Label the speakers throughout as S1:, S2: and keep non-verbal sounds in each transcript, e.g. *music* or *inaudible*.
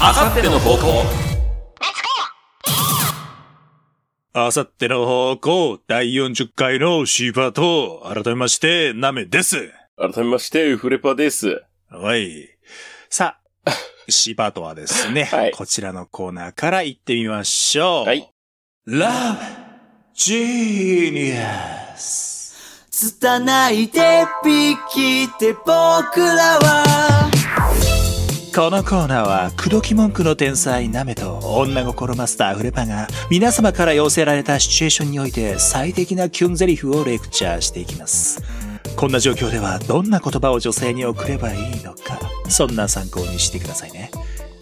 S1: あさっての方向
S2: あさっての方向、第40回の芝と、改めまして、ナメです。
S3: 改めまして、フレパです。
S2: はい。さ
S3: *laughs*
S2: あ、芝とはですね、
S3: はい
S2: こちらのコーナーから行ってみましょう。
S3: はい。
S2: ラブ、ジーニアス。
S4: つたないでピきて僕らは
S2: このコーナーは、口説き文句の天才ナメと、女心マスターフレパが、皆様から寄せられたシチュエーションにおいて、最適なキュンゼリフをレクチャーしていきます。こんな状況では、どんな言葉を女性に送ればいいのか、そんな参考にしてくださいね。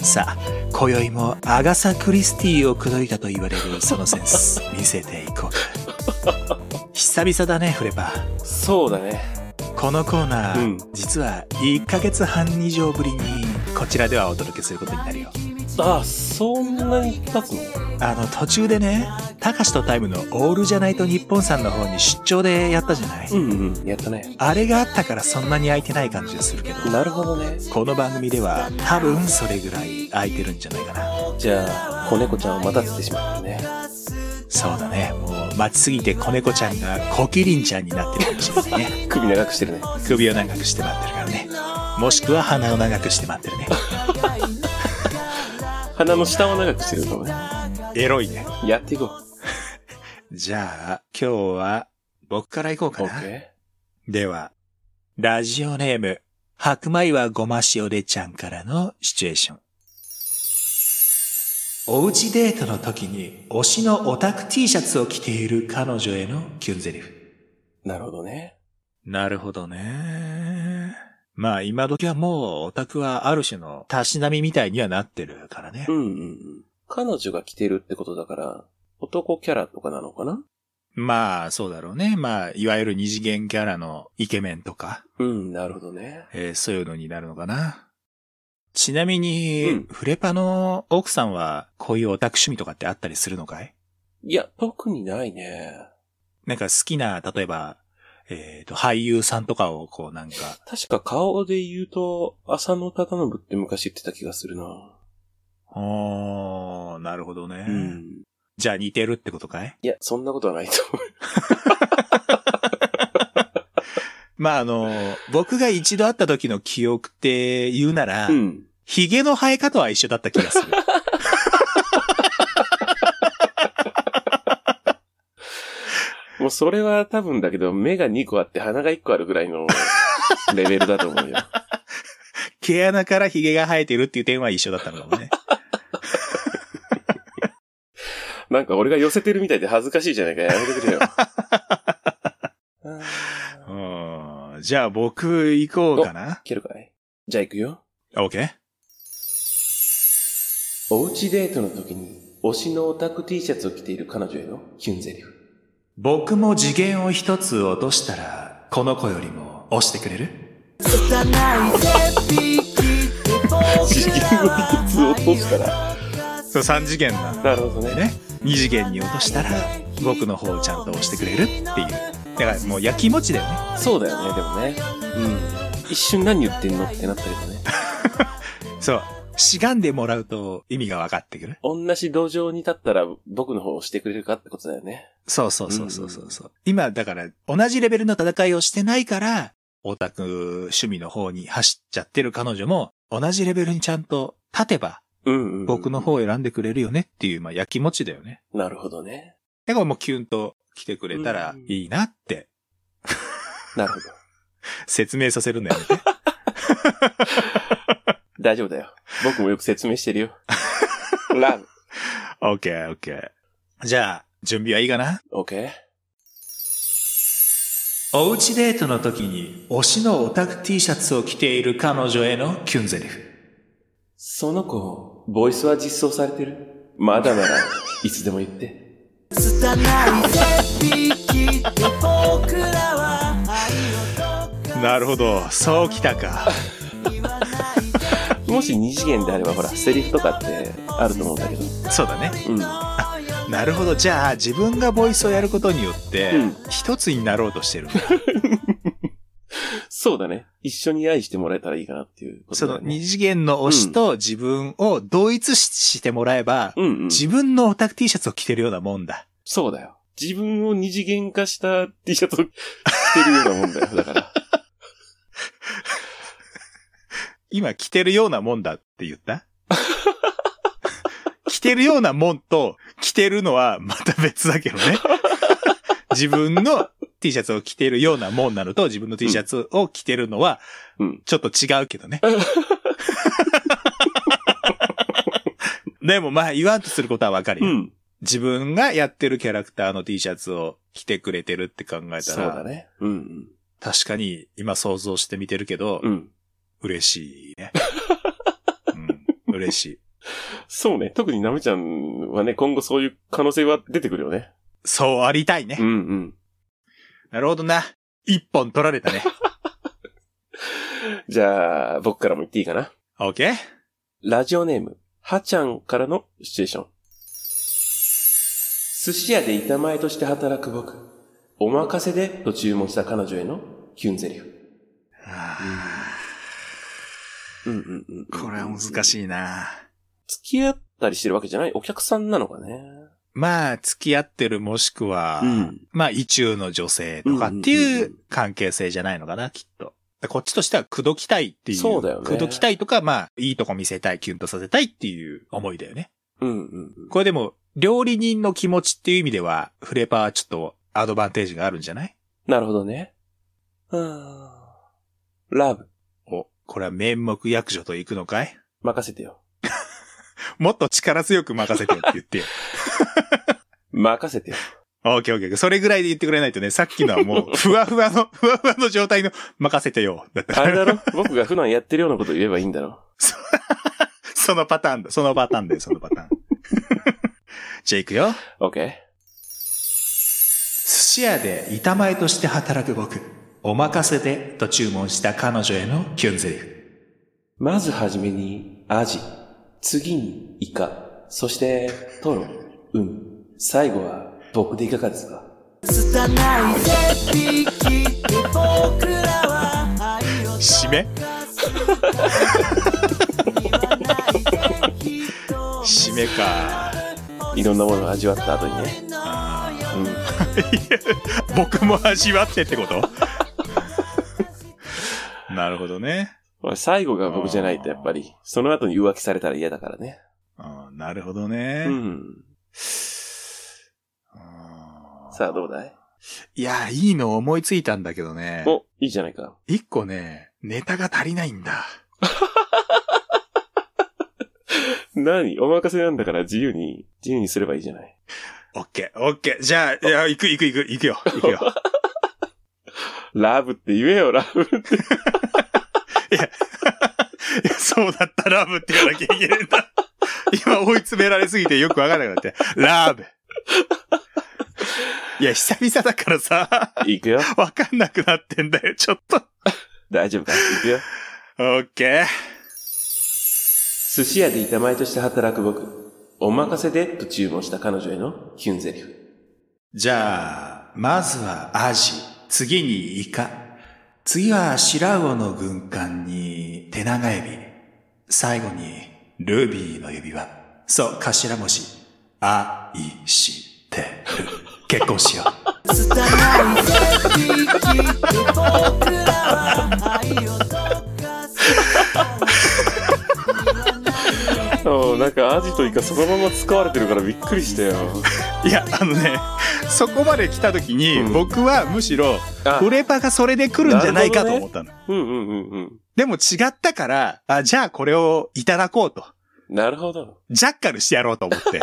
S2: さあ、今宵もアガサ・クリスティを口説いたと言われるそのセン
S3: *laughs*
S2: ス、見せていこうか。久々だね、フレパ。
S3: そうだね。
S2: このコーナー、
S3: うん
S2: 実は1ヶ月半以上ぶりにこちらではお届けすることになるよ
S3: あ、そんなに経つの
S2: あの途中でねたかしとタイムの「オールじゃないと日本さん」の方に出張でやったじゃない、
S3: うんうん。やったね。
S2: あれがあったからそんなに空いてない感じがするけど
S3: なるほどね。
S2: この番組では多分それぐらい空いてるんじゃないかな
S3: じゃあ、子猫ちゃんを待たせてしまったね。
S2: そうだねもう待ちすぎて子猫ちゃんがコキリンちゃんになってるかもしれない *laughs* ね
S3: 首長くしてるね。
S2: 首を長くして待ってるからねもしくは鼻を長くして待ってるね
S3: 鼻の下を長くしてるかもね。
S2: エロいね
S3: やっていこう。
S2: じゃあ、今日は僕から行こう
S3: オ
S2: か
S3: ッ
S2: な。
S3: ケ
S2: では、ラジオネーム、白米はごま塩でちゃんからのシチュエーション。おうちデートの時に推しのオタク T シャツを着ている彼女へのキュンゼリフ。
S3: ー。なるほどね。
S2: なるほどね。まあ今時はもうオタクはある種のたしなみみたいにはなってるからね
S3: うんうんうん。彼女が着てるってことだから、男キャラとかなのかな
S2: まあそうだろうね。まあいわゆる二次元キャラのイケメンとか。
S3: うん、なるほどね。
S2: えーそういうのになるのかな。ちなみに、
S3: うん
S2: フレパの奥さんは、こういうオタク趣味とかってあったりするのかい
S3: いや、特にないね。
S2: なんか好きな、例えば、えっ、と、俳優さんとかをこうなんか、
S3: 確か顔で言うと、浅野忠信って昔言ってた気がするな。
S2: おー、なるほどね。
S3: うん。
S2: じゃあ似てるってことかい
S3: いや、そんなことはないと思
S2: まあ、あの、僕が一度会った時の記憶って言うなら、
S3: う。うん。
S2: 髭の生え方は一緒だった気がする。 *laughs*
S3: もうそれは多分だけど、目が2個あって鼻が1個あるぐらい *laughs* のレベルだと思うよ。
S2: 毛穴から髭が生えてるっていう点は一緒だったのかも *laughs* ね。
S3: なんか俺が寄せてるみたいで恥ずかしいじゃないか。やめてく *laughs* れよ。うんいう
S2: ーんじゃあ僕行こうかな。
S3: けるかいじゃあ行くよ。
S2: オッケー
S3: おうちデートの時に、推しのオタク T シャツを着ている彼女へのキュンゼリフ。
S2: 僕も次元を一つ落としたら、この子よりも押してくれる
S4: つたないでピきて僕ら
S3: 次元を一つ落としたら。
S2: そう、三次元なん
S3: なるほどね。
S2: でね。二次元に落としたら、僕の方をちゃんと押してくれるっていう。だからもうやきもちだよね。
S3: そうだよね、でもね。うん。一瞬何言ってんのってなったけどね。
S2: そう。しがんでもらうと意味が分かってくる。
S3: 同じ土壌に立ったら僕の方を押してくれるかってことだよね。
S2: そうそうそうそうそうそう。今、だから、同じレベルの戦いをしてないから、オタク趣味の方に走っちゃってる彼女も、同じレベルにちゃんと立てば、
S3: うんうん、うん。
S2: 僕の方を選んでくれるよねっていう、まあ、やきもちだよね。
S3: なるほどね。
S2: だからもうキュンと来てくれたらいいなって
S3: なるほど。
S2: 説明させるんだよね。 *laughs*
S3: 大丈夫だよ。僕もよく説明してるよ。 *laughs* ラブ。
S2: オッケーオッケー。じゃあ、準備はいいかな
S3: オッケー
S2: おうちデートの時に推しのオタク T シャツを着ている彼女へのキュンゼリフ。
S3: その子、ボイスは実装されてるまだなら、いつでも言って。
S4: つたないでピきて僕らは
S2: なるほど、そうきたか。
S3: もし二次元であれば、ほら、セリフとかってあると思うんだけど。
S2: そうだね。
S3: うん。
S2: なるほど、じゃあ自分がボイスをやることによって
S3: *laughs* うん、
S2: 一つになろうとしてる。
S3: そうだね。一緒に愛してもらえたらいいかなっていうこと
S2: そ
S3: だ、ね。
S2: の二次元の推しと自分を同一視してもらえば、
S3: うんうん。
S2: 自分のオタク T シャツを着てるようなもんだ。
S3: そうだよ。自分を二次元化した T シャツを着てるようなもんだよ。 *laughs* だから。
S2: 今着てるようなもんだって言った *laughs* 着てるようなもんと着てるのはまた別だけどね。 *laughs* 自分の T シャツを着てるようなもんなのと自分の T シャツを着てるのは
S3: うん
S2: ちょっと違うけどね。 *laughs* でもまあ言わんとすることはわかる
S3: う
S2: よ、
S3: ん。
S2: 自分がやってるキャラクターの T シャツを着てくれてるって考え
S3: そう
S2: たら、
S3: だね。うん
S2: 確かに今想像してみてるけど、
S3: うん。うん。
S2: 嬉しいね。うん、嬉しい。
S3: そうね。特になめちゃんはね、今後そういう可能性は出てくるよね。
S2: そうありたいね。
S3: うんうん。
S2: なるほどな。一本取られた
S3: *laughs*
S2: ね。
S3: じゃあ、僕からも言っていいかな。
S2: オッケー
S3: ラジオネーム、はちゃんからのシチュエーション。寿司屋で板前として働く僕。お任せでと注文した彼女へのキュンゼリフ。うんうんうん。
S2: これは難
S3: い。
S2: しいな。
S3: 付き合ったりしてるわけじゃないお客さんなのかね。
S2: まあ、付き合ってるもしくは、
S3: うん
S2: まあ、意中の女性とかって
S3: うん
S2: い
S3: うんう
S2: う関係性じゃないのかな、きっと。こっちとしては、口説きたいっていう。
S3: そうだよね
S2: 口説きたいとか、まあ、いいとこ見せたい、キュンとさせたいっていう思いだよね。
S3: うんうんうん。
S2: これでも、料理人の気持ちっていう意味では、フレーパーはちょっとアドバンテージがあるんじゃない
S3: なるほどね。はーラブ、
S2: お、これは面目役所と行くのかい
S3: 任せてよ。
S2: もっと力強く任せてよって言ってよ。 *laughs*
S3: 任せてよ。
S2: オッケーオッケー。それぐらいで言ってくれないとね、さっきのはもう、ふわふわの、ふわふわの状態の任せてよ。だって、
S3: あれだろ僕が普段やってるようなこと言えばいいんだろ。
S2: そのパターンだ。そのパターンだよ、そのパターン。 *laughs* じゃあ行くよ。
S3: オッケー
S2: 寿司屋で板前として働く僕。お任せでと注文した彼女へのキュンゼリフ。
S3: まずはじめに、アジ。次に、イカ。そして、トロ。ウニ。最後は、僕でいかがですか
S4: 拙い絶壁って僕らは愛を
S2: 締め締めか。
S3: いろんなものを味わった後にね。 *laughs*
S2: 僕も味わってってこと *laughs* なるほどね。
S3: まあ最後が僕じゃないと、やっぱり、その後に浮気されたら嫌だからね。
S2: うんなるほどね。
S3: うん。
S2: うん
S3: さあ、どうだい
S2: いや、いいの思いついたんだけどね。
S3: お、いいじゃないか。
S2: 一個ね、ネタが足りないんだ。
S3: 何お任せなんだから自由に、自由にすればいいじゃない。
S2: オッケー、オッケー。じゃあ、いや、行く、行く、行く、行くよ、行く *laughs* よ。
S3: ラブって言えよ、ラブって。
S2: いやそうだった、ラブって言わなきゃいけないん *laughs* だ。今追い詰められすぎてよくわからなくなって。ラブ。いや、久々だからさ、
S3: 行くよ。
S2: わかんなくなってんだよ、ちょっと。
S3: 大丈夫か行くよ。
S2: オッケー。
S3: 寿司屋で板前として働く僕。お任せでと注文した彼女へのキュンゼリフ。
S2: じゃあ、まずはアジ、次にイカ、次は白魚の軍艦に手長エビ、最後にルビーの指輪。そう、頭文字、あ、い、し、て、る。結婚しよう。
S4: 拙い絶壁って僕らは愛を溶かす
S3: あなんかアジとイカそのまま使われてるからびっくりしたよ。
S2: *laughs* いや、あのね、そこまで来た時に、
S3: うん
S2: 僕はむしろ、
S3: あ
S2: フレパがそれで来るんじゃないかと思ったの。
S3: うんうんうんうん。
S2: でも違ったから、あ、じゃあこれをいただこうと。
S3: なるほど。
S2: ジャッカルしてやろうと思 *laughs* って。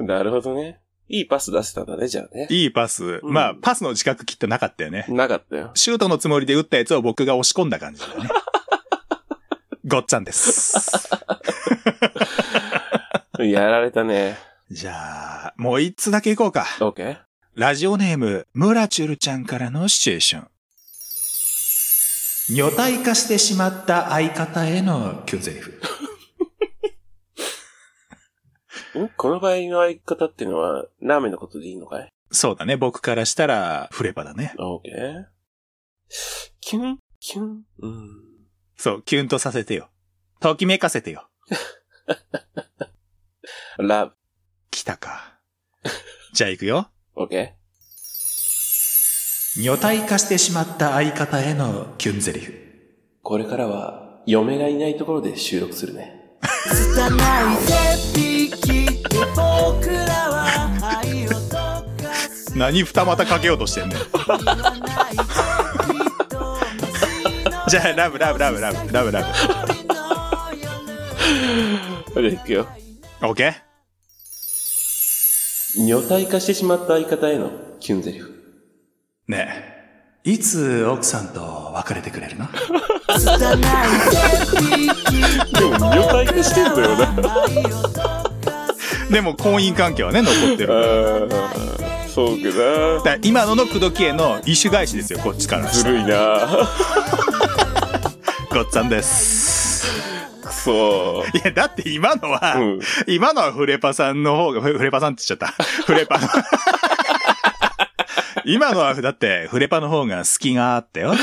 S3: なるほどね。いいパス出せたんだね、じゃあね。
S2: いいパス。
S3: うん
S2: まあ、パスの自覚きっとなかったよね。
S3: なかったよ。
S2: シュートのつもりで打ったやつを僕が押し込んだ感じだよね。 *laughs* ごっちゃんです。
S3: やられたね。
S2: じゃあ、もう一つだけいこうか。
S3: オッケー
S2: ラジオネーム、ムラチュルちゃんからのシチュエーション。女体化してしまった相方へのキュンゼリフ。
S3: んこの場合の相方っていうのは、ラーメンのことでいいのかい
S2: そうだね。僕からしたら、フレパだね。
S3: オーケー。キュン、キュン。うん。
S2: そう、キュンとさせてよ。ときめかせてよ。
S3: ラ
S2: 来たか。じゃあ行くよ。
S3: ブ。オーケ
S2: 女体化してしまった相方へのキュンゼリフ。
S3: ー。これからは、嫁がいないところで収録するね。
S4: つたないで聞いて僕らは愛を溶かす
S2: 何二股かけようとしてんだよ。
S4: 言わないで
S2: じゃあ、ラブラブラブラブ、ラブラ *laughs* ブ。
S3: それで *laughs* 行くよ。
S2: オッケー
S3: 女体化してしまった相方へのキュンゼ *laughs* リフ。
S2: ねえ、いつ奥さんと別れてくれるの
S4: つたないで聞いて
S3: でも、女体化してんだよな。
S4: 愛を
S2: でも婚姻関係はね、残ってる。だ
S3: あ *laughs* そうかな。
S2: から今のの口説きへの一種返しですよ、こっちからしたら。
S3: るいな。
S2: *laughs* ごっつぁんです。
S3: くそ
S2: いや、だって今のは、
S3: うん
S2: 今のはフレパさんの方が、フフレパさんって言っ
S3: *laughs*
S2: ちゃった。フレパの。 *laughs* 今のは、だって、フレパの方が隙があったよ。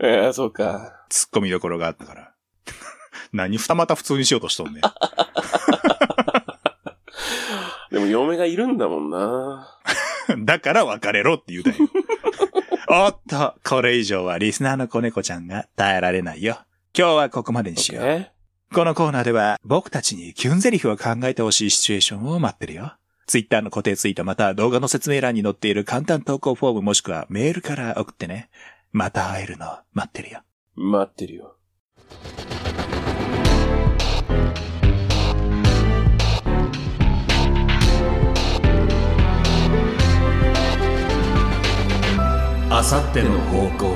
S3: えー、そうか。
S2: 突っ込みどころがあったから。 *laughs* 何二股普通にしようとしとんねん。
S3: でも、嫁がいるんだもんな。
S2: *laughs* だから別れろって言うたんよ。 *laughs* おっと、これ以上はリスナーの子猫ちゃんが耐えられないよ。今日はここまでにしよう。
S3: え
S2: このコーナーでは僕たちにキュンゼリフを考えてほしいシチュエーションを待ってるよ。ツイッターの固定ツイートまたは動画の説明欄に載っている簡単投稿フォームもしくはメールから送ってね。また会えるの待ってるよ。
S3: 待ってるよ。
S2: あさっての方向。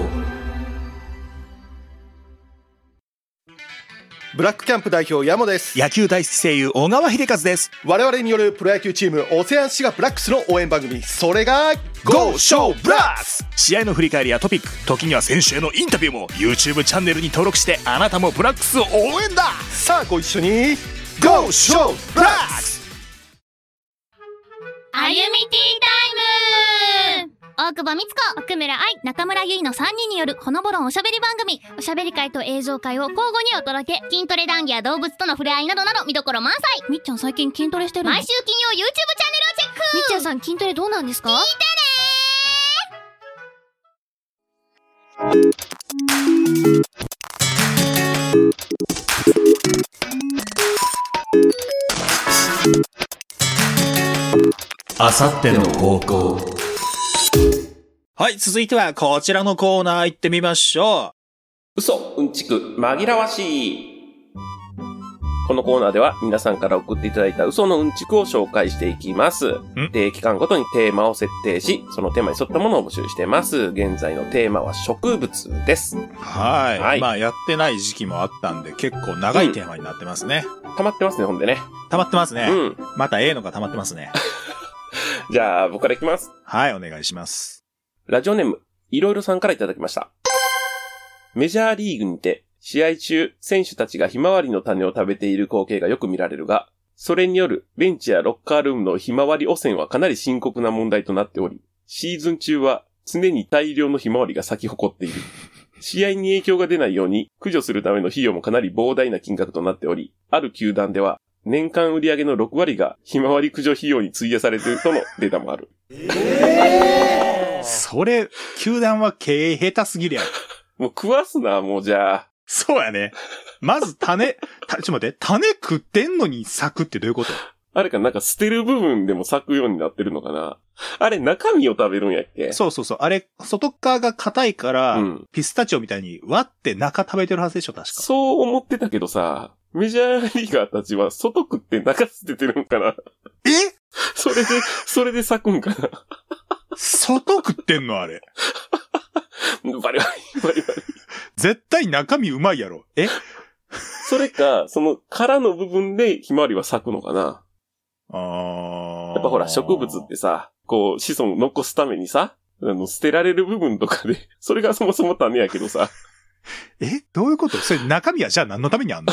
S5: ブラックキャンプ代表ヤモです
S2: 野球大好き声優小川秀和です。
S5: 我々によるプロ野球チームオセアンシガブラックスの応援番組それが
S2: Go Show Blast! 試合の振り返りやトピック、時には選手へのインタビューも YouTube チャンネルに登録してあなたもブラックスを応援だ
S5: さあご一緒に Go Show Blast!
S6: あゆみティータイム大久保美津子、奥村愛、中村ゆいの3人によるほのぼろんおしゃべり番組。おしゃべり会と映像会を交互にお届け。筋トレ談義や動物との触れ合いなどなど見どころ満載。みっちゃん最近筋トレしてる毎週金曜 YouTube チャンネルをチェックみっちゃんさん筋トレどうなんですか聞いてね
S2: あさっての方向。はい、続いてはこちらのコーナー行ってみましょ
S3: 嘘、うんちく、紛らわしい。このコーナーでは皆さんから送っていただいた嘘のうんちくを紹介していきます。で、期間ごとにテーマを設定し、そのテーマに沿ったものを募集しています。現在のテーマは植物です。
S2: う。はい
S3: はい
S2: まあやってない時期もあったんで結構長いテーマになってますね。
S3: 溜まってますね、ほんでね。
S2: 溜まってますね。
S3: うん。
S2: また A のが溜まってますね。
S3: じゃあ、僕からいきます。
S2: はい、お願いします。
S3: ラジオネーム、いろいろさんからいただきました。メジャーリーグにて、試合中、選手たちがひまわりの種を食べている光景がよく見られるが、それによるベンチやロッカールームのひまわり汚染はかなり深刻な問題となっており、シーズン中は常に大量のひまわりが咲き誇っている。試合に影響が出ないように駆除するための費用もかなり膨大な金額となっており、ある球団では年間売上の6割がひまわり駆除費用に費やされているとのデータもある。
S2: それ、球団は経営下手すぎるやろ。
S3: もう食わすな、もうじゃあ。
S2: *laughs* そうやね。まず種、たちょっと待って、種食ってんのに咲くってどういうこと
S3: あれか、なんか捨てる部分でも咲くようになってるのかなあれ、中身を食べるんやっけ
S2: そうそうそう。あれ、外側が硬いから、
S3: うん
S2: ピスタチオみたいに割って中食べてるはずでしょ、確か。
S3: そう思ってたけどさ、メジャーリーガーたちは外食って中捨ててるんかな
S2: え
S3: それで、それで咲くんかな
S2: 外食ってんのあれ。
S3: バリバリ、バリバリ。
S2: 絶対中身うまいやろ。え
S3: それか、その殻の部分でひまわりは咲くのかな
S2: あー
S3: やっぱほら、植物ってさ、こう、子孫を残すためにさ、あの、捨てられる部分とかで、それがそもそも種やけどさ、
S2: えどういうことそれ中身はじゃあ何のためにあんの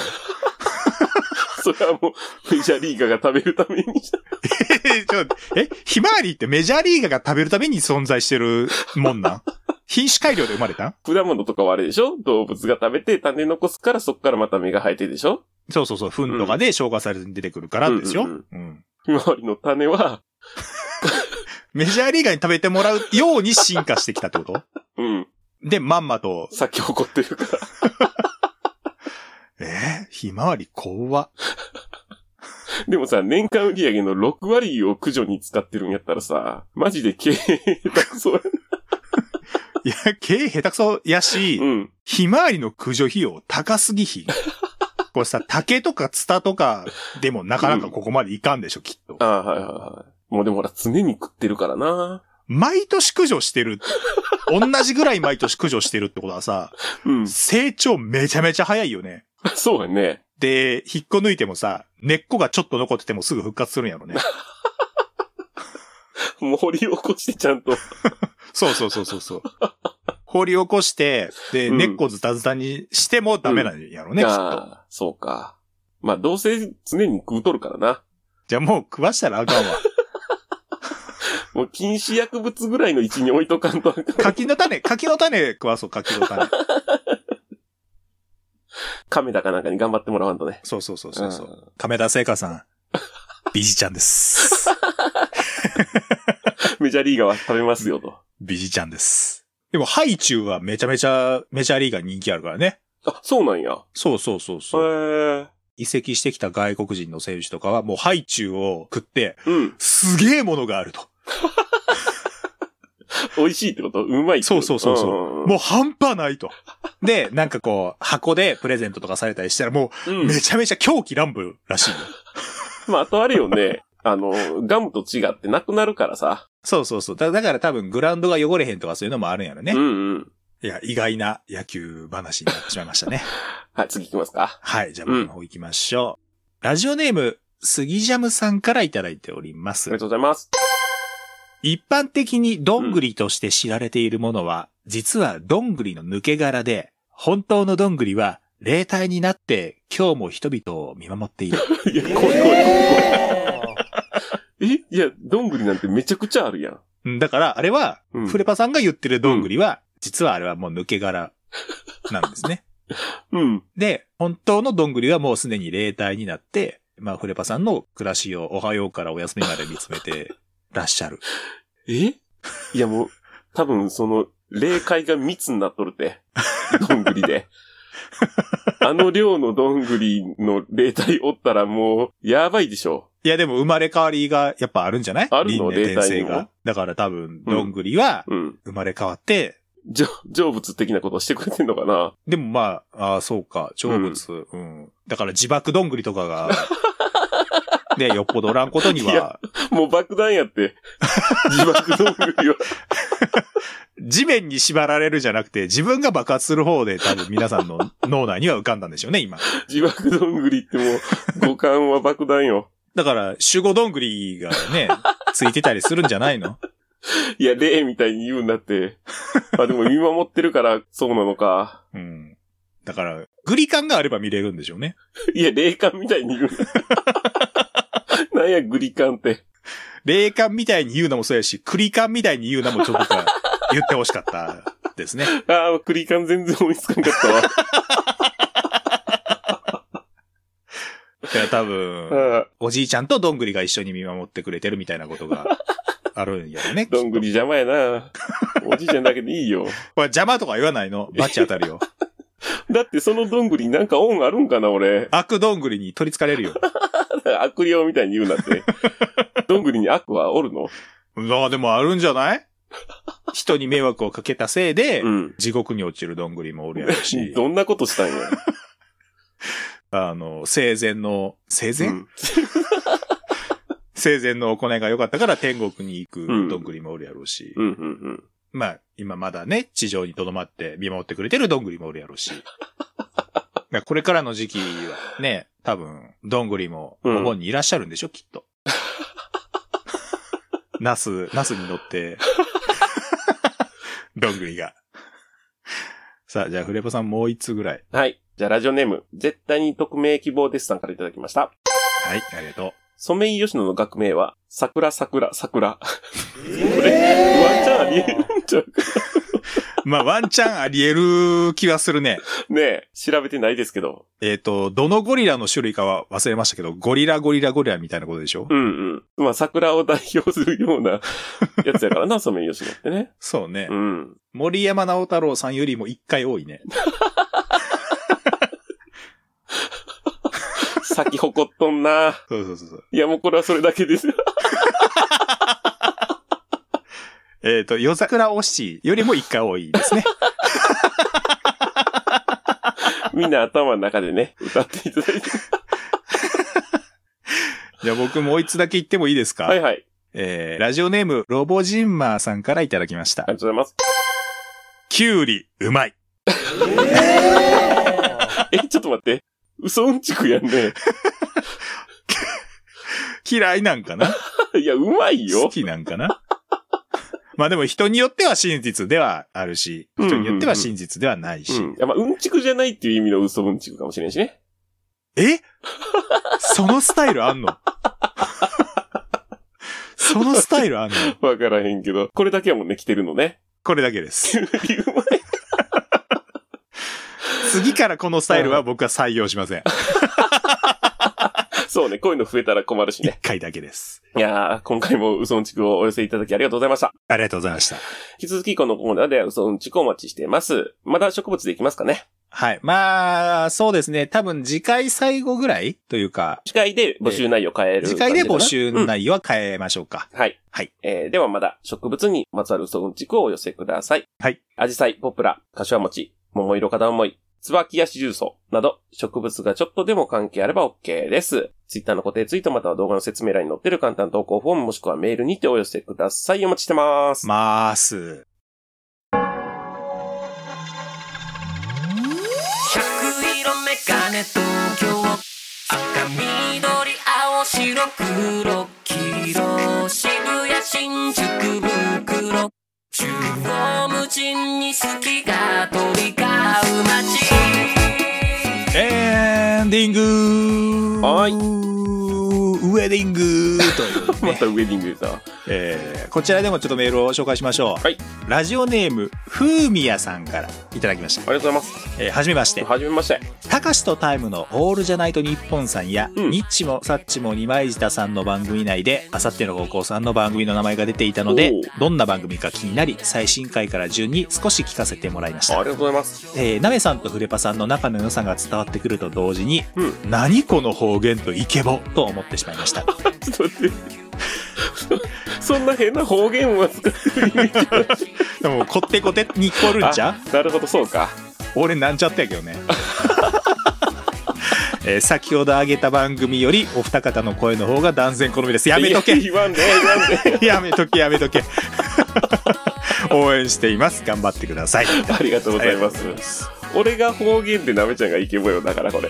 S3: それはもう、メジャーリーガーが食べるためにした。
S2: *laughs* え、ちょ、え、ひまわりってメジャーリーガーが食べるために存在してるも
S3: *laughs*
S2: んなん品種改良で生まれたん
S3: 果物とかはあれでしょ動物が食べて種残すからそっからまた芽が生えてでしょ
S2: そうそうそう、糞とかで消化されて出てくるからですよ。
S3: うんうん
S2: うん
S3: ひまわりの種は、
S2: メジャーリーガーに食べてもらうように進化してきたってこと
S3: うん、
S2: で、まんまと、
S3: 咲き誇ってるから。 *laughs*
S2: えーひまわり怖っ
S3: でもさ、年間売上の6割を駆除に使ってるんやったらさ、マジで経営だそうや
S2: いや、経営下手くそやし、
S3: な。うん。
S2: ひまわりの駆除費用高す
S3: *laughs*
S2: ぎひん。これさ、竹とかツタとかでもなかなかここまでいかんでしょ、きっと
S3: あ。あ、はいはいはい。もうでもほら、常に食ってるからな。
S2: 毎年駆除してる。同じぐらい毎年駆除してるってことはさ、
S3: うん。 *laughs*
S2: 成長めちゃめちゃ早いよね。
S3: そうやね。
S2: で、引っこ抜いてもさ、根っこがちょっと残っててもすぐ復活するんや
S3: *laughs*
S2: ろね。
S3: もう掘り起こしてちゃんと。
S2: そうそうそうそうそう。掘り起こして、で、
S3: うん
S2: 根っこズタズタにしてもダメなんやろね、きっと。
S3: ああ、そうか。まあ、どうせ常に食うとるからな。
S2: じゃあもう食わしたらあかんわ。
S3: もう禁止薬物ぐらいの位置に置いとかんとあかん。
S2: 柿の種、柿の種食わそう、柿
S3: *laughs*
S2: の種。
S3: 亀だかなんかに頑張ってもらわんとね。
S2: そうそうそうそうそう。
S3: ん
S7: 亀田聖華さん、美ジちゃんです。
S3: *laughs* メジャーリーガーは食べますよと。
S7: 美ジちゃんです。
S2: でも、ハイチュウはめちゃめちゃメジャーリーガー人気あるからね。
S3: あ、そうなんや。へ
S2: そうそうそう
S3: え
S2: そう。移籍してきた外国人の選手とかはもうハイチュウを食って、
S3: うん。
S2: すげえものがあると。
S3: 美味しいってことうまいってこと
S2: そうそうそうそう
S3: うんうんうん
S2: もう半端ないと。で、なんかこう、箱でプレゼントとかされたりしたらも
S3: うん
S2: う、めちゃめちゃ狂気乱舞らしいよ。
S3: *laughs* まあ、あとあれよね。あの、ガムと違ってなくなるからさ。
S2: そうそうそう。だだから多分グラウンドが汚れへんとかそういうのもあるんやろね
S3: うん。うん。
S2: いや、意外な野球話になってしまいましたね。 *laughs*
S3: はい、次行きますか。
S2: はい、じゃあ僕の方行きましょう。ラジオネーム、スギジャムさんからいただいておりま
S3: あ
S2: す
S3: りが。とうございます。
S7: 一般的にどんぐりとして知られているものは、実はどんぐりの抜け殻で、本当のどんぐりは霊体になって今日も人々を見守っている。
S3: いや、怖い怖い怖い。えいや、どんぐりなんてめちゃくちゃあるやん。
S2: うん *laughs* だから、あれは、
S3: うん
S2: フレパさんが言ってるどんぐりは、実はあれはもう抜け殻なんですね。
S3: うん。
S2: で、本当のどんぐりはもうすでに霊体になって、まあ、フレパさんの暮らしをおはようからお休みまで見つめてらっし
S3: *laughs*
S2: ゃる。
S3: えいや、もう、多分その、霊界が密になっとるって。どんぐりで。あの量のどんぐりの霊体おったらもう、やばいでしょ。
S2: いや、でも生まれ変わりがやっぱあるんじゃない
S3: あるの
S2: 輪廻
S3: 霊
S2: 転生
S3: 体にも
S2: が。だから多分、どんぐりは
S3: うん。
S2: 生まれ変わって、
S3: じょ成仏的なことをしてくれてんのかな
S2: でもまあ、ああ、そうか、成仏、うん。だから自爆どんぐりとか
S3: *laughs*
S2: が、ね、よっぽどおらんことに
S3: いや
S2: は、
S3: もう爆弾やって。自爆どんぐりは。
S2: 地面に縛られるじゃなくて、自分が爆発する方で多分皆さんの脳内には浮かんだんでしょうね、今。
S3: 自爆どんぐりってもう、五感は爆弾よ。
S2: だから、守護どんぐりが
S3: *laughs*
S2: ね、ついてたりするんじゃないの
S3: いや、霊みたいに言うんだって。あ、でも見守ってるから、そうなのか。
S2: うん。だから、グリ感があれば見れるんでしょうね。
S3: いや、霊感みたいに言う。なんや、グリ感って。
S2: 霊感みたいに言うのもそうやし、クリ感みたいに言うのもちょっとか言ってほしかったですね。
S3: ああ、グリ感全然追いつかんか *laughs* ったわ。
S2: いや、
S3: *laughs*
S2: 多分、
S3: ああ
S2: おじいちゃんとどんぐりが一緒に見守ってくれてるみたいなことがあるんやろね。
S3: どんぐり邪魔やな。おじいちゃんだけでいいよ。
S2: これ邪魔とか言わないのバチ当たるよ。
S3: だってそのどんぐりなんか恩あるんかな、俺。
S2: 悪どんぐりに取り憑かれるよ。
S3: 悪霊みたいに言うな *laughs* って。どんぐりに悪はおるの
S2: ああ、でもあるんじゃない人に迷惑をかけたせいで、
S3: うん。
S2: 地獄に落ちるどんぐりもおるやろ
S3: *laughs*
S2: し、
S3: どんなことしたんや。
S2: あの、生前の、生前、
S3: うん
S2: 生前の行いが良かったから天国に行
S3: うん
S2: くどんぐりもおるやろうし、
S3: うんうんうん。
S2: まあ、今まだね、地上に留まって見守ってくれてるどんぐりもおるやろ
S3: *laughs*
S2: うし、まあこれからの時期はね、多分、どんぐりもお盆にいらっしゃるんでしょ、き
S3: *laughs*
S2: っと。ナス、ナスに乗
S3: *laughs*
S2: って、どんぐりが。さあ、じゃあ、フレポさんもう一つぐらい。
S3: はい。じゃあ、ラジオネーム、絶対に匿名希望ですさんからいただきました。
S2: はい、ありがと
S3: ソメイヨシノの学名は、桜桜桜。 *laughs*
S5: こ
S3: ワ
S5: れ
S3: ンチャンありえるんちゃうか
S2: う。まあ、ワンチャンあり得る気はするね。
S3: ねえ、調べてないですけど。
S2: えっ、と、どのゴリラの種類かは忘れましたけど、ゴリラゴリラゴリラみたいなことでしょ、
S3: うんうん。まあ、桜を代表するよう
S2: *laughs*
S3: なやつやからな、ソメイヨシノってね。
S2: そうね、
S3: うん。
S2: 森山直太郎さんよりも一回多い
S3: *laughs*
S2: ね。
S3: 咲き誇っとんな。
S2: そうそうそうそう。
S3: いや、もうこれはそれだけです。 *laughs*
S2: えっ、と、夜桜おしよりも一回多いで
S3: *laughs*
S2: すね。
S3: みんな頭の中でね、歌っていただいて。
S2: じゃあ僕もう一つだけ言ってもいいですか
S3: はいはい。
S2: えー、ラジオネーム、ロボジンマーさんからいただきました
S3: あ。りがとうございます。
S2: キュウリ、うまい。
S3: え、ちょっと待って。嘘うんちくやんね。 *laughs*
S2: 嫌いなんかない
S3: や、うまい
S2: 好
S3: よ。
S2: きなんかな *laughs* まあでも人によっては真実ではあるし、人によっては真実ではないし。
S3: うん。いやまあ、うんちくじゃないっていう意味の嘘うんちくかもしれんしね。
S2: えそのスタイルあんのそのスタイルあんの
S3: わからへんけど。これだけはもうね、来てるのね。 *laughs*
S2: これだけです。
S3: うまい
S2: 次からこのスタイルは僕は採用しません。
S3: そうね、こういうの増えたら困るし
S2: 一
S3: ね。
S2: 回だけです。
S3: いやー、今回も嘘うんちくをお寄せいただきありがとうございました。
S2: ありがとうございました。
S3: 引き続きこのコーナーでは嘘うんちくをお待ちしています。まだ植物でいきますかね。
S2: はい。まあ、そうですね。多分次回最後ぐらいというか、
S3: 次回で募集内容変える。
S2: 次回で募集
S3: 内容
S2: 内容は変えましょうか。
S3: はい。
S2: はい。
S3: えー、ではまだ植物にまつわる嘘うんちくをお寄せください。
S2: はい。
S3: アジサイ、ポプラ、柏餅、桃色片思い、椿や四重奏など、植物がちょっとでも関係あれば OK です。ツイッターの固定ツイートまたは動画の説明欄に載ってる簡単投稿フォームもしくはメールにてお寄せください。お待ちしてます。
S2: まーす。
S4: 百色メガネ東京赤緑青白黒黄色渋谷新宿袋中央無尽に好きが飛び交う街
S2: エンディング
S3: はいう
S2: ウェディングという、
S3: *laughs* ま
S2: ね
S3: たウェディングだ。
S2: えーこちらでもちょっとメールを紹介しましょう。
S3: はい
S2: ラジオネーム、ふうみやさんからいただきました。
S3: ありがとうございます。
S2: えーはじめまして。
S3: はじめまして。
S2: たかしとタイムのオールじゃないと日本さんや、
S3: うん
S2: ニッチもサッチも二枚舌さんの番組内で、あさっての方向さんの番組の名前が出ていたので
S3: おう、
S2: どんな番組か気になり、最新回から順に少し聞かせてもらいまし
S3: あ
S2: た
S3: あ。りがとうございます。
S2: えー、なめさんとフレパさんの仲の良さが伝わってくると同時に、
S3: うん。
S2: 何この方言とイケボと思ってしまい
S3: *laughs*
S2: ました。
S3: ちょっと待って。そんな変な方言は使ってる意味じゃない
S2: でも、こってこてに聞こえるんじゃん
S3: あなるほど、そうか。
S2: 俺なんちゃったやけどね。 *laughs* えー先ほど挙げた番組よりお二方の声の方が断然好みです。やめとけ
S3: い言わんで、言わんで。
S2: やめとけやめとけ *laughs* 応援しています頑張ってください
S3: ありがとうございま。
S2: ありがとうございます
S3: 俺が方言でなめちゃんがイケボよだからこれ。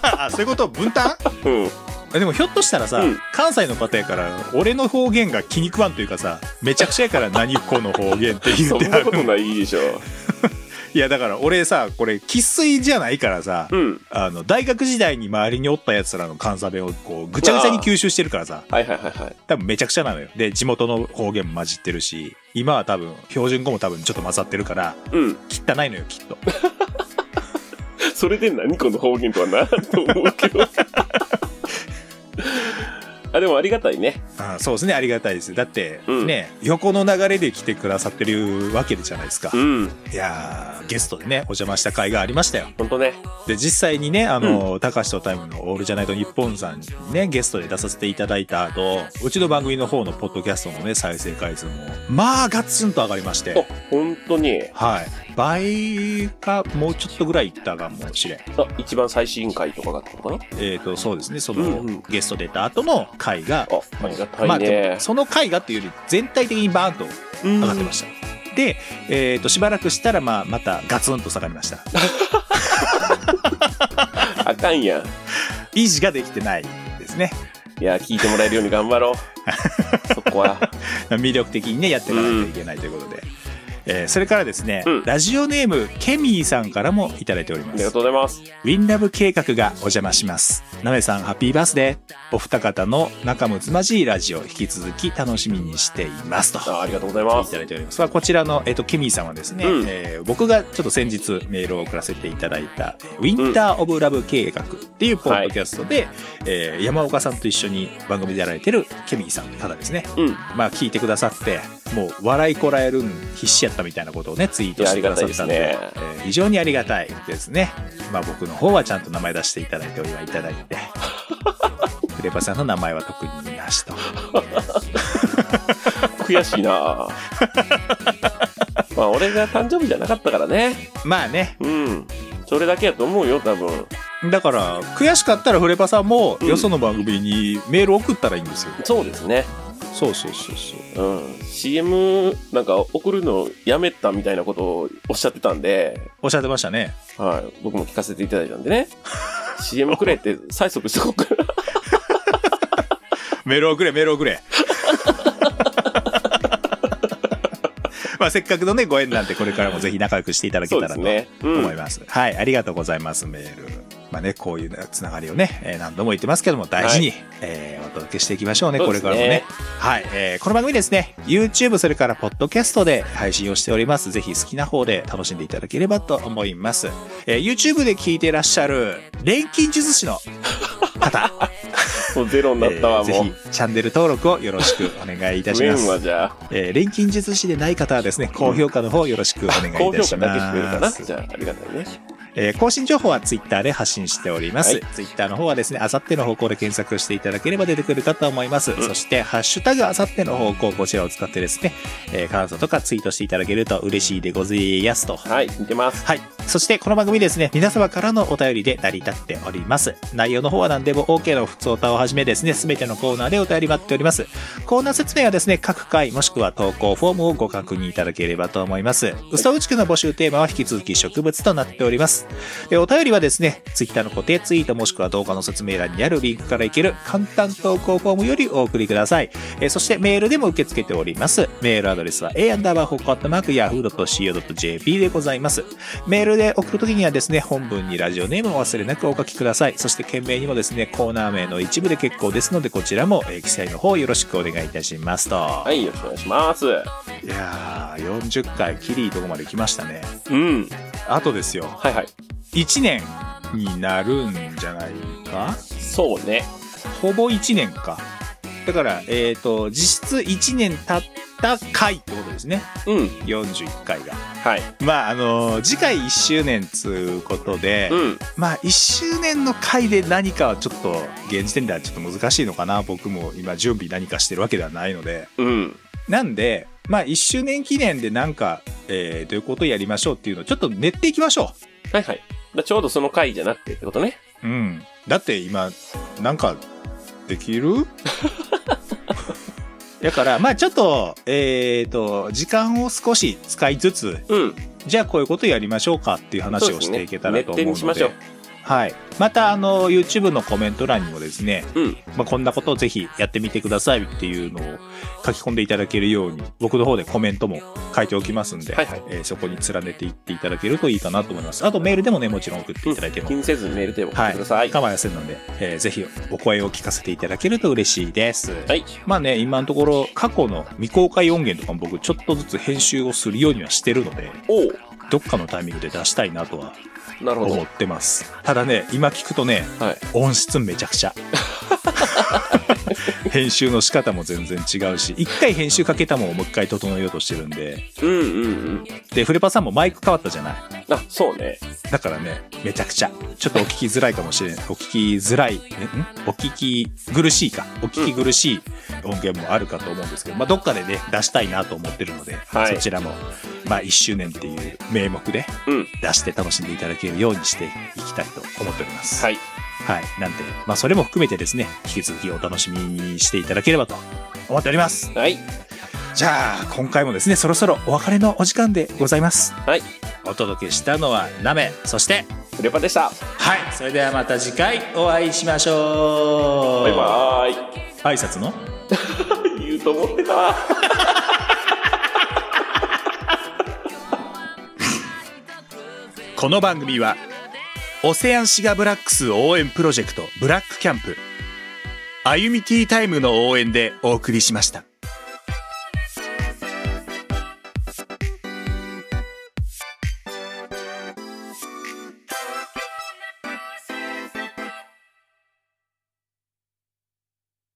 S2: あそういうこと分担
S3: うん。
S2: えでもひょっとしたらさ、
S3: うん
S2: 関西の方やから俺の方言が気に食わんというかさめちゃくちゃや *laughs* から何この方言って言
S3: そ
S2: うんてあ
S3: なこと
S2: る
S3: ないでしょ。
S2: いやだから俺さこれ生粋じゃないからさ、
S3: うん。
S2: あの大学時代に周りにおったやつらの関西弁をこうぐちゃぐちゃに吸収してるからさ
S3: はいはいはいはい。
S2: 多分めちゃくちゃなのよで地元の方言も混じってるし今は多分標準語も多分ちょっと混ざってるから
S3: うん。
S2: 汚いのよきっと
S3: それで何この方言とはなと思うけ *laughs* ど。あ、でもありがたいね。
S2: あそうですねありがたいですだって、
S3: うん
S2: ね横の流れで来てくださってるわけじゃないですか、
S3: うん。
S2: いやーゲストでねお邪魔した回がありましたよ
S3: ほんとね。
S2: で実際にねあの、高橋とタイムの「オールじゃないと日本さん」にねゲストで出させていただいた後うちの番組の方のポッドキャストのね再生回数もまあガツンと上がりまして
S3: あ、ほんとに。
S2: はい倍かもうちょっとぐらいいったかもしれん
S3: あ、一番最新回とかがあったのかな
S2: えっ、とそうですねそ
S3: うん
S2: の、
S3: うん
S2: ゲスト出た後の回が
S3: あ、ありが
S2: ま
S3: た
S2: あ
S3: い
S2: で
S3: ね
S2: も。その回がっていうより全体的にバーンと
S3: うん
S2: 上がってました。で、えー、としばらくしたら、まあ、またガツンと下がりました。
S3: あかんやん。
S2: 維持ができてないですね。
S3: いや、聞いてもらえるように頑張ろう。そこは。
S2: 魅力的にね、やっていかないといけないということで。えーそれからですね、
S3: うん
S2: ラジオネームケミーさんからもいただいておりま
S3: りが
S2: す
S3: とうございます。
S2: ウィンラブ計画がお邪魔しますなめさんハッピーバースデーお二方の仲睦まじいラジオ引き続き楽しみにしていますと
S3: あーありがとうございま
S2: い
S3: す
S2: た。だいております。さあこちらの、えっとケミーさんはですね、
S3: うん
S2: えー僕がちょっと先日メールを送らせていただいた「ウィンター・オブ・ラブ計画」っていうポッドキャストで、えー山岡さんと一緒に番組でやられてるケミーさんの方ですね、
S3: うん。
S2: まあ、聞いてくださってもう笑いこらえるん必死やったみたいなことをねツイートしてくださったんで
S3: いやありがたいで
S2: えー非常にありがたいですね、まあ、僕の方はちゃんと名前出していただいてお祝いいただ
S3: *laughs*
S2: いてクレバさんの名前は特になしと。
S3: 悔しいなまあ、俺が誕生日じゃなかったからね。
S2: まあね
S3: うん。それだけやと思うよ、多分。
S2: だから悔しかったらフレパさんも
S3: うん
S2: よその番組にメール送ったらいいんですよ、
S3: そうですね。
S2: そうそうそうそう
S3: うん。CM なんか送るのやめたみたいなことをおっしゃってたんで、
S2: おっしゃってましたね
S3: はい。僕も聞かせていただいたんでね。CM くれって催促してこっから
S2: *laughs* メール送れメール送れまあせっかくのねご縁なんでこれからもぜひ仲良くしていただけ
S3: そうで
S2: たら
S3: す
S2: と
S3: ね。うん
S2: 思い。ます、はいありがとうございますメールまあねこういうつながりをね、えー何度も言ってますけども大事に、えーお届けしていきましょうねこれからもねはい、えーこの番組ですね、YouTube、それから Podcast で配信をしております。ぜひ好きな方で楽しんでいただければと思います。えー YouTube で聞いていらっしゃる、錬金術師の
S3: *laughs*
S2: 方、
S3: *laughs* もうゼロになったわ、
S2: えーぜ
S3: もう。
S2: ひチャンネル登録をよろしくお願いいたし
S3: メ *laughs*
S2: ま
S3: ンは
S2: す。
S3: じゃあ、
S2: えー錬金術師でない方はですね、高評価の方よろしくお願いい
S3: 高
S2: た
S3: 評
S2: し
S3: 価だけしてくれるか
S2: ま
S3: な。
S2: す
S3: じ。ゃあ、ありがたいね。
S2: えー更新情報は Twitter で発信しております。
S3: はい
S2: Twitter の方はですね、あさっての方向で検索していただければ出てくるかと思います。
S3: ん
S2: そして、ハッシュタグあさっての方向、こちらを使ってですね、えー感想とかツイートしていただけると嬉しいでございますと。
S3: はい、見てます。
S2: はい。そして、この番組ですね、皆様からのお便りで成り立っております。内容の方は何でも OK の普通歌をはじめですね、すべてのコーナーでお便り待っております。コーナー説明はですね、各回もしくは投稿フォームをご確認いただければと思います。うさうちくの募集テーマは引き続き植物となっております。でお便りはですね、Twitter の固定ツイートもしくは動画の説明欄にあるリンクからいける簡単投稿フォームよりお送りください。えーそしてメールでも受け付けております。メールアドレスは a アンダーバーホットマーク yahoo.co.jp でございます。メールで送るときにはですね、本文にラジオネームを忘れなくお書きください。そして件名にもですね、コーナー名の一部で結構ですので、こちらもえー記載の方よろしくお願いいたしますと。
S3: はい、よろしくお願いします。
S2: い、やー、40回きりいいとこまで来ましたね。
S3: うん。
S2: あとですよ、
S3: はいはい。
S2: 1年になるんじゃないか
S3: そうね。
S2: ほぼ1年か。だから、えっ、と、実質1年経った回ってことですね。
S3: うん。
S2: 41回が。
S3: はい。
S2: まあ、あのー次回1周年つうことで、
S3: うん。
S2: まあ、1周年の回で何かはちょっと、現時点ではちょっと難しいのかな。僕も今準備何かしてるわけではないので。
S3: うん。
S2: なんで、まあ、1周年記念でなんか、えー、どういうことをやりましょうっていうのをちょっと練っていきましょ
S3: はいはい。だちょうどその回じゃなくてってことね。
S2: う。うん。だって今、なんか、できる *laughs* だから、まあ、ちょっと、えっ、と、時間を少し使いつつ、
S3: うん。
S2: じゃあこういうことやりましょうかっていう話
S3: そう
S2: を
S3: です
S2: し
S3: ね
S2: ていけたらと思うの
S3: 熱
S2: で
S3: 定にしましょう
S2: はい、またあの YouTube のコメント欄にもですね、
S3: うん。
S2: まあ、こんなことをぜひやってみてくださいっていうのを書き込んでいただけるように僕の方でコメントも書いておきますんで、
S3: はいはい
S2: えーそこに連ねていっていただけるといいかなと思いますあとメールでもねもちろん送っていただいて
S3: うん
S2: も
S3: 気にせずメールテーマ送っ
S2: は
S3: てください。
S2: い、構いませんので、えーぜひお声を聞かせていただけると嬉しいです。
S3: はい。
S2: まあね、今のところ過去の未公開音源とかも僕ちょっとずつ編集をするようにはしてるので、
S3: おう
S2: どっかのタイミングで出したいなとは
S3: なるほ
S2: 思
S3: ど。
S2: ってますただね今聞くとね
S3: はい。
S2: 音質めちゃくちゃ *laughs* 編集の仕方も全然違うし一回編集かけたもんをもう一回整えようとしてるんで
S3: うんうんうん。
S2: でフレパさんもマイク変わったじゃない
S3: あ、そうね。
S2: だからねめちゃくちゃちょっとお聞きづらいかもしれないお聞きづらいんんお聞き苦しいかお聞き苦しい音源もあるかと思うんですけど、まあ、どっかでね出したいなと思ってるので、
S3: はい
S2: そちらも、まあ、1周年っていう名目で
S3: うん。
S2: 出して楽しんでいただけるようにしていきたいと思っております。
S3: はい。
S2: はい。なんで、まあそれも含めてですね、引き続きお楽しみにしていただければと思っております。
S3: はい。
S2: じゃあ、今回もですね、そろそろお別れのお時間でございます。
S3: はい。
S2: お届けしたのはナメ、そして、
S3: フレパでした。
S2: はい。それではまた次回お会いしましょう。
S3: バイバーイ。
S2: 挨拶の *laughs*
S3: 言うと思ってたわ
S2: この番組はオセアンシガブラックス応援プロジェクトブラックキャンプ歩みティータイムの応援でお送りしました